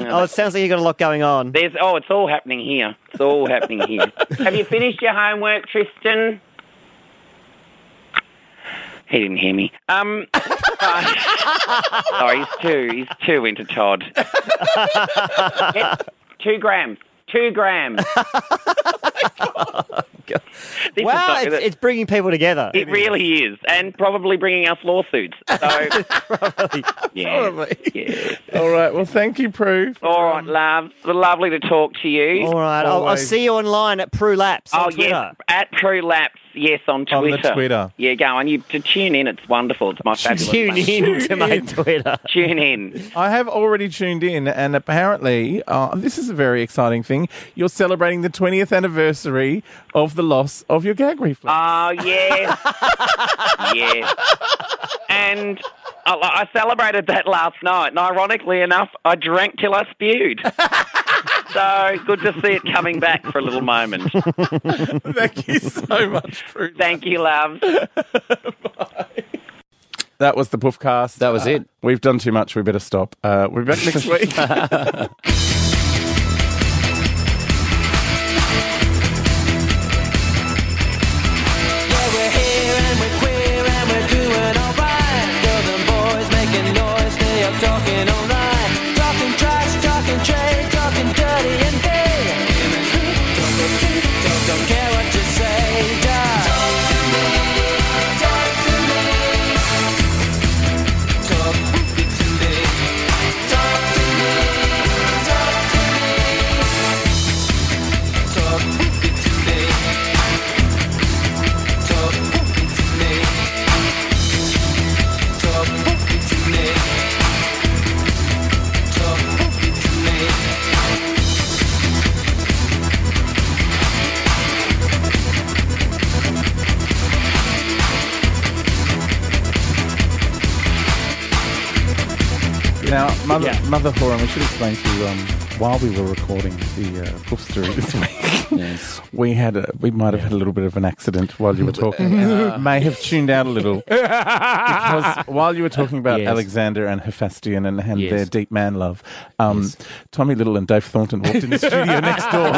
[SPEAKER 2] Oh, it sounds like you got a lot going on.
[SPEAKER 9] there's oh, it's all happening here. It's all happening here. Have you finished your homework, Tristan? He didn't hear me. Um, uh, sorry, he's too he's too into Todd. Yep, two grams. Two grams.
[SPEAKER 2] Oh
[SPEAKER 9] This is
[SPEAKER 2] Wow,
[SPEAKER 9] not-
[SPEAKER 2] it's, it's bringing people together.
[SPEAKER 9] it really is, and probably bringing us lawsuits. So, yeah, yeah.
[SPEAKER 1] All right. Well, thank you, Prue.
[SPEAKER 9] All right, love. Lovely to talk to you.
[SPEAKER 2] All right, I'll, I'll
[SPEAKER 1] Always.
[SPEAKER 2] see you online at Prue Laps on
[SPEAKER 9] oh
[SPEAKER 2] Twitter.
[SPEAKER 9] yes, at True Laps. Yes, on
[SPEAKER 10] On
[SPEAKER 9] Twitter.
[SPEAKER 10] the Twitter.
[SPEAKER 9] Yeah, go on. You to tune in. It's wonderful. It's my fabulous.
[SPEAKER 2] Tune
[SPEAKER 9] mate.
[SPEAKER 2] in to my Twitter.
[SPEAKER 9] Tune in.
[SPEAKER 10] I have already tuned in, and apparently, uh, this is a very exciting thing. You're celebrating the 20th anniversary of the loss of your gag reflex.
[SPEAKER 9] Oh yes, yes. And I, I celebrated that last night, and ironically enough, I drank till I spewed. so good to see it coming back for a little moment.
[SPEAKER 1] Ah, Thank you so much, Prue.
[SPEAKER 9] Thank you, love.
[SPEAKER 1] That was the Poofcast.
[SPEAKER 3] That was it.
[SPEAKER 1] We've done too much. We better stop. Uh, we're back next week. Now, Mother, Mother Horan, we should explain to you um, while we were recording the uh, Poof story this week, we had a, we might have had a little bit of an accident while you were talking. and I may have tuned out a little because while you were talking about
[SPEAKER 6] Yes.
[SPEAKER 1] Alexander and Hephaestion and, and
[SPEAKER 6] Yes.
[SPEAKER 1] their deep man love, um, Tommy Little and Dave Thornton walked in the studio next door.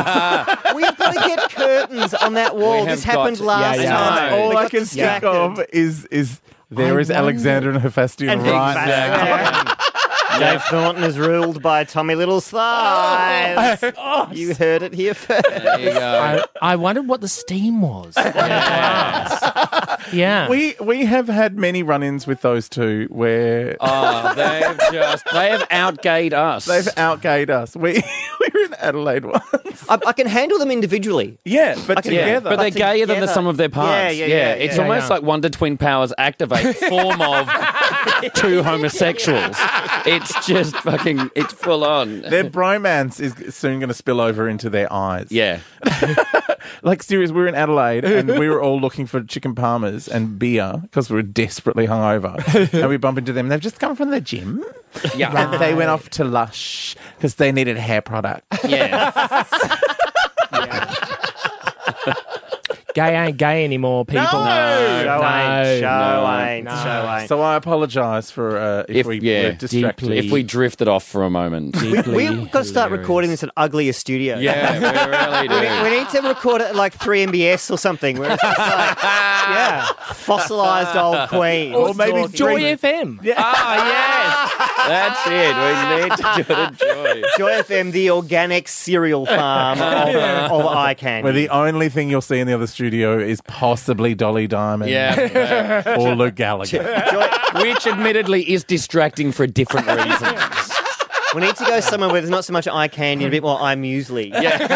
[SPEAKER 2] We've got to get curtains on that wall. This
[SPEAKER 3] have got
[SPEAKER 2] happened
[SPEAKER 3] to-
[SPEAKER 2] last
[SPEAKER 3] yeah, yeah.
[SPEAKER 2] time.
[SPEAKER 1] All
[SPEAKER 2] We
[SPEAKER 1] I
[SPEAKER 2] got
[SPEAKER 1] can think
[SPEAKER 2] distracted.
[SPEAKER 1] of is is there is Alexander and Hephaestion
[SPEAKER 2] And
[SPEAKER 1] right
[SPEAKER 2] Hephaestion.
[SPEAKER 1] now.
[SPEAKER 2] Dave Thornton is ruled by Tommy Little's thighs.
[SPEAKER 1] Oh,
[SPEAKER 2] you heard it here first.
[SPEAKER 3] There you go.
[SPEAKER 6] I, I wondered what the steam was. yeah.
[SPEAKER 1] We we have had many run-ins with those two where
[SPEAKER 3] Oh, they've just they have outgayed us.
[SPEAKER 1] they've outgayed us. We we were in Adelaide once.
[SPEAKER 2] I, I can handle them individually.
[SPEAKER 1] Yeah, but
[SPEAKER 2] can- Yeah,
[SPEAKER 1] together.
[SPEAKER 3] But they're
[SPEAKER 2] But
[SPEAKER 3] gayer than the
[SPEAKER 2] together.
[SPEAKER 3] sum of their parts.
[SPEAKER 2] Yeah,
[SPEAKER 3] Yeah,
[SPEAKER 2] yeah, yeah,
[SPEAKER 3] It's
[SPEAKER 2] yeah.
[SPEAKER 3] almost
[SPEAKER 6] Yeah.
[SPEAKER 3] like Wonder Twin Powers activate form of two homosexuals. It's just fucking. It's full on.
[SPEAKER 1] their bromance is soon going to spill over into their eyes.
[SPEAKER 3] yeah.
[SPEAKER 1] Like, serious, we were in Adelaide and we were all looking for chicken parmas and beer because we were desperately hungover. and we bump into them. They've just come from the gym.
[SPEAKER 3] Yeah.
[SPEAKER 1] And they went off to Lush because they needed hair product.
[SPEAKER 3] Yeah.
[SPEAKER 6] gay ain't gay anymore, people.
[SPEAKER 1] No!
[SPEAKER 2] Show ain't, show
[SPEAKER 3] no,
[SPEAKER 2] ain't, show ain't.
[SPEAKER 1] So I apologise for uh, if,
[SPEAKER 3] If-
[SPEAKER 1] we
[SPEAKER 3] yeah,
[SPEAKER 1] were distracted.
[SPEAKER 6] deeply.
[SPEAKER 3] if we drifted off for a moment.
[SPEAKER 2] We've got to start recording this at Uglier Studio.
[SPEAKER 3] Yeah, we really
[SPEAKER 2] We,
[SPEAKER 3] do.
[SPEAKER 2] we need to record it at like 3MBS or something, where it's just like, yeah, fossilized old queen.
[SPEAKER 1] Or maybe
[SPEAKER 6] Joy
[SPEAKER 1] Joy
[SPEAKER 6] FM.
[SPEAKER 3] Ah, yes. That's it. We need to do the joy.
[SPEAKER 2] Joy FM, the organic cereal farm of, of eye candy.
[SPEAKER 1] Where the only thing you'll see in the other studio is possibly Dolly Diamond
[SPEAKER 3] Yeah.
[SPEAKER 1] or Luke Gallagher.
[SPEAKER 2] Joy-
[SPEAKER 3] Which admittedly is distracting for different reasons.
[SPEAKER 2] we need to go somewhere where there's not so much eye candy and a bit more eye muesli.
[SPEAKER 3] Yeah.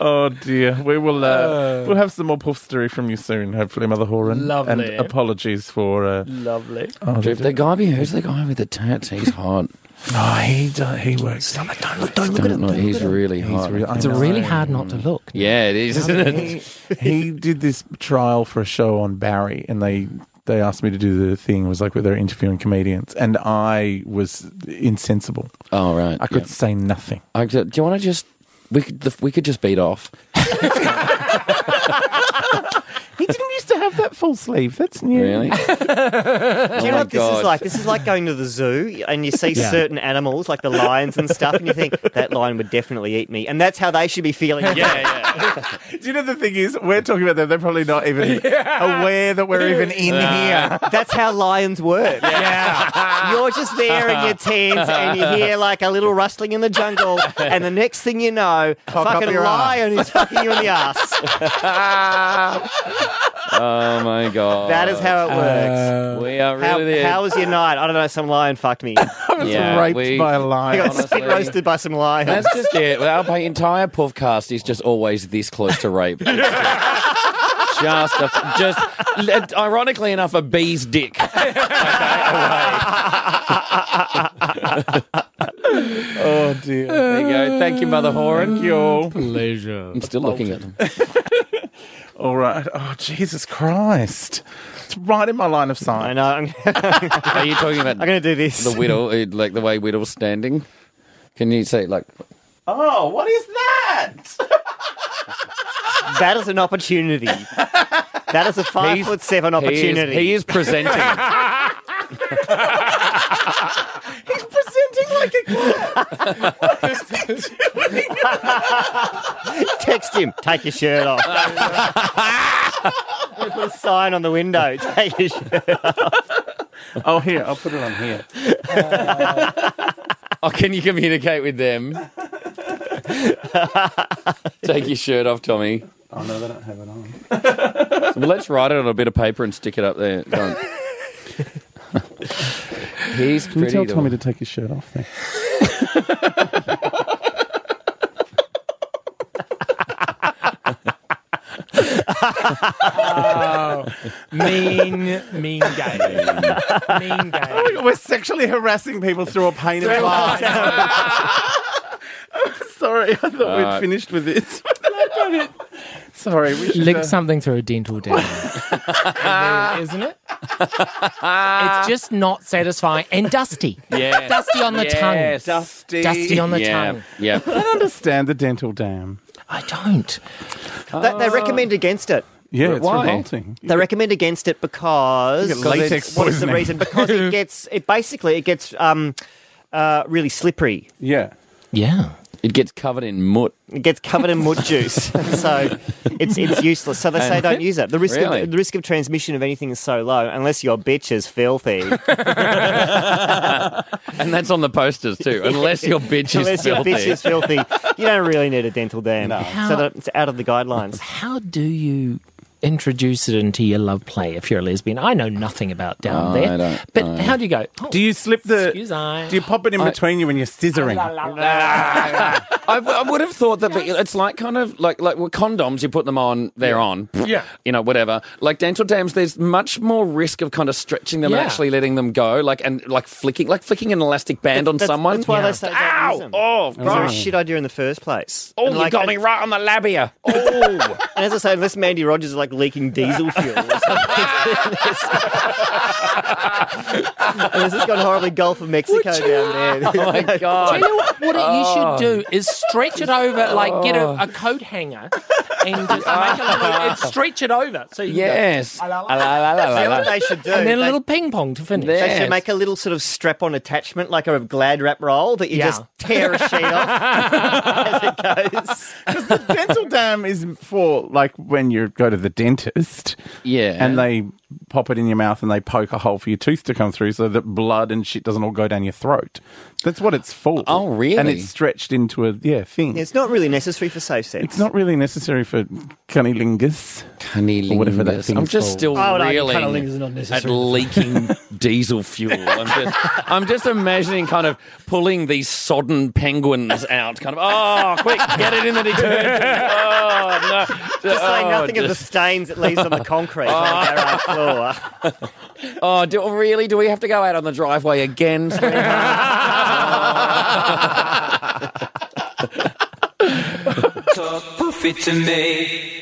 [SPEAKER 1] oh dear. We will uh, we'll have some more poof story from you soon, hopefully, Mother Horan.
[SPEAKER 6] Lovely.
[SPEAKER 1] And apologies for uh,
[SPEAKER 6] Lovely.
[SPEAKER 1] oh, they
[SPEAKER 3] If the
[SPEAKER 1] did-
[SPEAKER 3] guy be who's the guy with the tats? He's hot.
[SPEAKER 1] no, he do- he works.
[SPEAKER 6] Don't look, don't
[SPEAKER 3] Don't know. He's really
[SPEAKER 1] He's
[SPEAKER 3] hot.
[SPEAKER 1] re- I
[SPEAKER 6] It's
[SPEAKER 1] know.
[SPEAKER 6] really hard not to
[SPEAKER 1] Mm.
[SPEAKER 6] look.
[SPEAKER 3] yeah, it is, isn't it?
[SPEAKER 1] he, he did this trial for a show on Barry, and they they asked me to do the thing. It was like where they're interviewing comedians, and I was insensible.
[SPEAKER 3] Oh right.
[SPEAKER 1] I could
[SPEAKER 3] yeah.
[SPEAKER 1] say nothing.
[SPEAKER 3] I could- do you want to just we could the, we could just beat off?
[SPEAKER 1] He didn't used to have that full sleeve. That's new.
[SPEAKER 3] Really?
[SPEAKER 2] Do you know what this is like? This is like going to the zoo and you see certain animals, like the lions and stuff, and you think that lion would definitely eat me, and that's how they should be feeling.
[SPEAKER 3] yeah,
[SPEAKER 1] Do you know the thing is, we're talking about them. They're probably not even aware that we're even in here.
[SPEAKER 2] That's how lions work. Yeah. You're just there in your tents and you hear like a little rustling in the jungle, and the next thing you know, a
[SPEAKER 1] Cock up
[SPEAKER 2] fucking
[SPEAKER 1] your ass.
[SPEAKER 2] lion is fucking you in the ass.
[SPEAKER 3] Oh my god.
[SPEAKER 2] That is how it works.
[SPEAKER 3] we are
[SPEAKER 2] How,
[SPEAKER 3] Uh, really
[SPEAKER 2] how was your night? I don't know. Some lion fucked me. I
[SPEAKER 3] was
[SPEAKER 1] Raped by a lion.
[SPEAKER 2] got
[SPEAKER 3] honestly.
[SPEAKER 2] spit roasted by some lions.
[SPEAKER 3] That's just it. Our pa- entire podcast is just always this close to rape. It's Just, just, a, just, ironically enough, a bee's dick.
[SPEAKER 1] Oh dear.
[SPEAKER 3] There you go. Thank you, Mother Horan.
[SPEAKER 1] Yo.
[SPEAKER 6] Pleasure.
[SPEAKER 3] I'm still looking at them.
[SPEAKER 1] All right. Oh Jesus Christ! It's right in my line of
[SPEAKER 2] I
[SPEAKER 1] sight.
[SPEAKER 2] know. I'm,
[SPEAKER 3] Are you talking
[SPEAKER 2] I'm
[SPEAKER 3] about
[SPEAKER 2] going to do this.
[SPEAKER 3] the widow, eh, like the way widow's standing? Can you say like?
[SPEAKER 1] Oh, what is that?
[SPEAKER 2] That is an opportunity. That is a five
[SPEAKER 3] He's-
[SPEAKER 2] foot seven opportunity.
[SPEAKER 3] He is, he is presenting.
[SPEAKER 1] Presenting like a
[SPEAKER 2] Text him. Take your shirt off. Put a sign on the window. Take your shirt.
[SPEAKER 1] Oh, here, I'll put it on here.
[SPEAKER 3] oh, can you communicate with them? Take your shirt off, Tommy.
[SPEAKER 1] Oh, no, they don't have it on.
[SPEAKER 3] Well, let's write it on a bit of paper and stick it up there. Go on. He's
[SPEAKER 1] Can you
[SPEAKER 3] pretty.
[SPEAKER 1] tell
[SPEAKER 3] though.
[SPEAKER 1] Tommy to take his shirt off? Thanks.
[SPEAKER 6] Oh, mean, mean game. mean game.
[SPEAKER 1] Oh, We're sexually harassing people through a pane of glass. Sorry, I thought we'd
[SPEAKER 3] right.
[SPEAKER 1] finished with this. Sorry, we should, uh,
[SPEAKER 6] Lick something through a dental dam. And then- isn't it? it's just not satisfying and dusty.
[SPEAKER 3] Yeah.
[SPEAKER 6] Dusty on the
[SPEAKER 3] Yes.
[SPEAKER 6] tongue.
[SPEAKER 1] dusty.
[SPEAKER 6] Dusty on the
[SPEAKER 3] yeah.
[SPEAKER 6] tongue.
[SPEAKER 3] Yeah.
[SPEAKER 1] I don't understand the dental dam.
[SPEAKER 6] I don't.
[SPEAKER 2] They, they recommend against it.
[SPEAKER 1] Yeah, it's
[SPEAKER 3] Why?
[SPEAKER 1] revolting.
[SPEAKER 2] They recommend against it because
[SPEAKER 1] You get latex
[SPEAKER 2] it's- what is the
[SPEAKER 1] poisoning.
[SPEAKER 2] reason? Because it gets it basically it gets um, uh, really slippery.
[SPEAKER 1] Yeah.
[SPEAKER 6] Yeah.
[SPEAKER 3] It gets covered in mut.
[SPEAKER 2] It gets covered in mud juice, so it's it's useless. So they say don't use it. The risk
[SPEAKER 3] Really?
[SPEAKER 2] of, the risk of transmission of anything is so low, unless your bitch is filthy.
[SPEAKER 3] And that's on the posters too. Unless your bitch is
[SPEAKER 2] unless your
[SPEAKER 3] filthy.
[SPEAKER 2] bitch is filthy, you don't really need a dental dam.
[SPEAKER 6] How-
[SPEAKER 2] So that it's out of the guidelines.
[SPEAKER 6] How do you introduce it into your love play if you're a lesbian? I know nothing about down
[SPEAKER 3] Oh,
[SPEAKER 6] there.
[SPEAKER 3] I don't
[SPEAKER 6] but
[SPEAKER 3] know.
[SPEAKER 6] how do you go? Oh,
[SPEAKER 1] Do you slip the?
[SPEAKER 6] Excuse I.
[SPEAKER 1] Do you pop it in between you when you're scissoring?
[SPEAKER 3] I, I would have thought that, but it's like kind of like like with condoms. You put them on, they're on. Yeah, you know, whatever. Like dental dams, there's much more risk of kind of stretching them
[SPEAKER 6] Yeah.
[SPEAKER 3] and actually letting them go. Like and like flicking, like flicking an elastic band on
[SPEAKER 2] That's-
[SPEAKER 3] someone.
[SPEAKER 2] That's why
[SPEAKER 6] Yeah.
[SPEAKER 2] they say don't use them.
[SPEAKER 3] Oh,
[SPEAKER 2] It's a
[SPEAKER 3] gosh.
[SPEAKER 2] shit idea in the first place.
[SPEAKER 3] Oh,
[SPEAKER 2] And
[SPEAKER 3] you
[SPEAKER 2] like-
[SPEAKER 3] got me right on the labia. Oh,
[SPEAKER 2] And as I say, unless Mandy Rogers is like leaking diesel fuel or something. and this has gone horribly Gulf of Mexico down there.
[SPEAKER 3] my
[SPEAKER 6] Tell
[SPEAKER 3] God.
[SPEAKER 6] you what, what it, you
[SPEAKER 3] Oh.
[SPEAKER 6] should do is stretch it over, like get a, a coat hanger and just make a little, and stretch it over. So you can go,
[SPEAKER 3] Yes.
[SPEAKER 6] la, la,
[SPEAKER 3] Ah, la, la, la, la,
[SPEAKER 2] You know
[SPEAKER 3] la.
[SPEAKER 2] what they should do?
[SPEAKER 6] and then a
[SPEAKER 2] They-
[SPEAKER 6] little ping pong to finish.
[SPEAKER 3] There.
[SPEAKER 2] They should make a little sort of strap-on attachment, like a glad wrap roll, that you
[SPEAKER 6] Yeah.
[SPEAKER 2] just tear a sheet off as it goes.
[SPEAKER 1] dental dam is for like when you go to the dentist.
[SPEAKER 3] Yeah.
[SPEAKER 1] And they pop it in your mouth and they poke a hole for your tooth to come through so that blood and shit doesn't all go down your throat. That's what it's for.
[SPEAKER 3] Oh, really?
[SPEAKER 1] And it's stretched into a yeah thing.
[SPEAKER 2] It's not really necessary for safe sex.
[SPEAKER 1] It's not really necessary for cunnilingus.
[SPEAKER 3] Cunnilingus.
[SPEAKER 1] Or whatever that thing's
[SPEAKER 3] I'm just
[SPEAKER 1] called.
[SPEAKER 3] still
[SPEAKER 6] Oh, no,
[SPEAKER 3] reeling
[SPEAKER 6] cunnilingus is not
[SPEAKER 3] at
[SPEAKER 6] necessary.
[SPEAKER 3] leaking of diesel fuel. I'm just, I'm just imagining kind of pulling these sodden penguins out, kind of, oh, quick, get it in the detergent. Oh, no.
[SPEAKER 2] Just say
[SPEAKER 3] Oh,
[SPEAKER 2] nothing of the
[SPEAKER 3] just-
[SPEAKER 2] stains it leaves on the concrete on the garage floor.
[SPEAKER 3] Oh, do, really? Do we have to go out on the driveway again?
[SPEAKER 5] Talk poofy to me.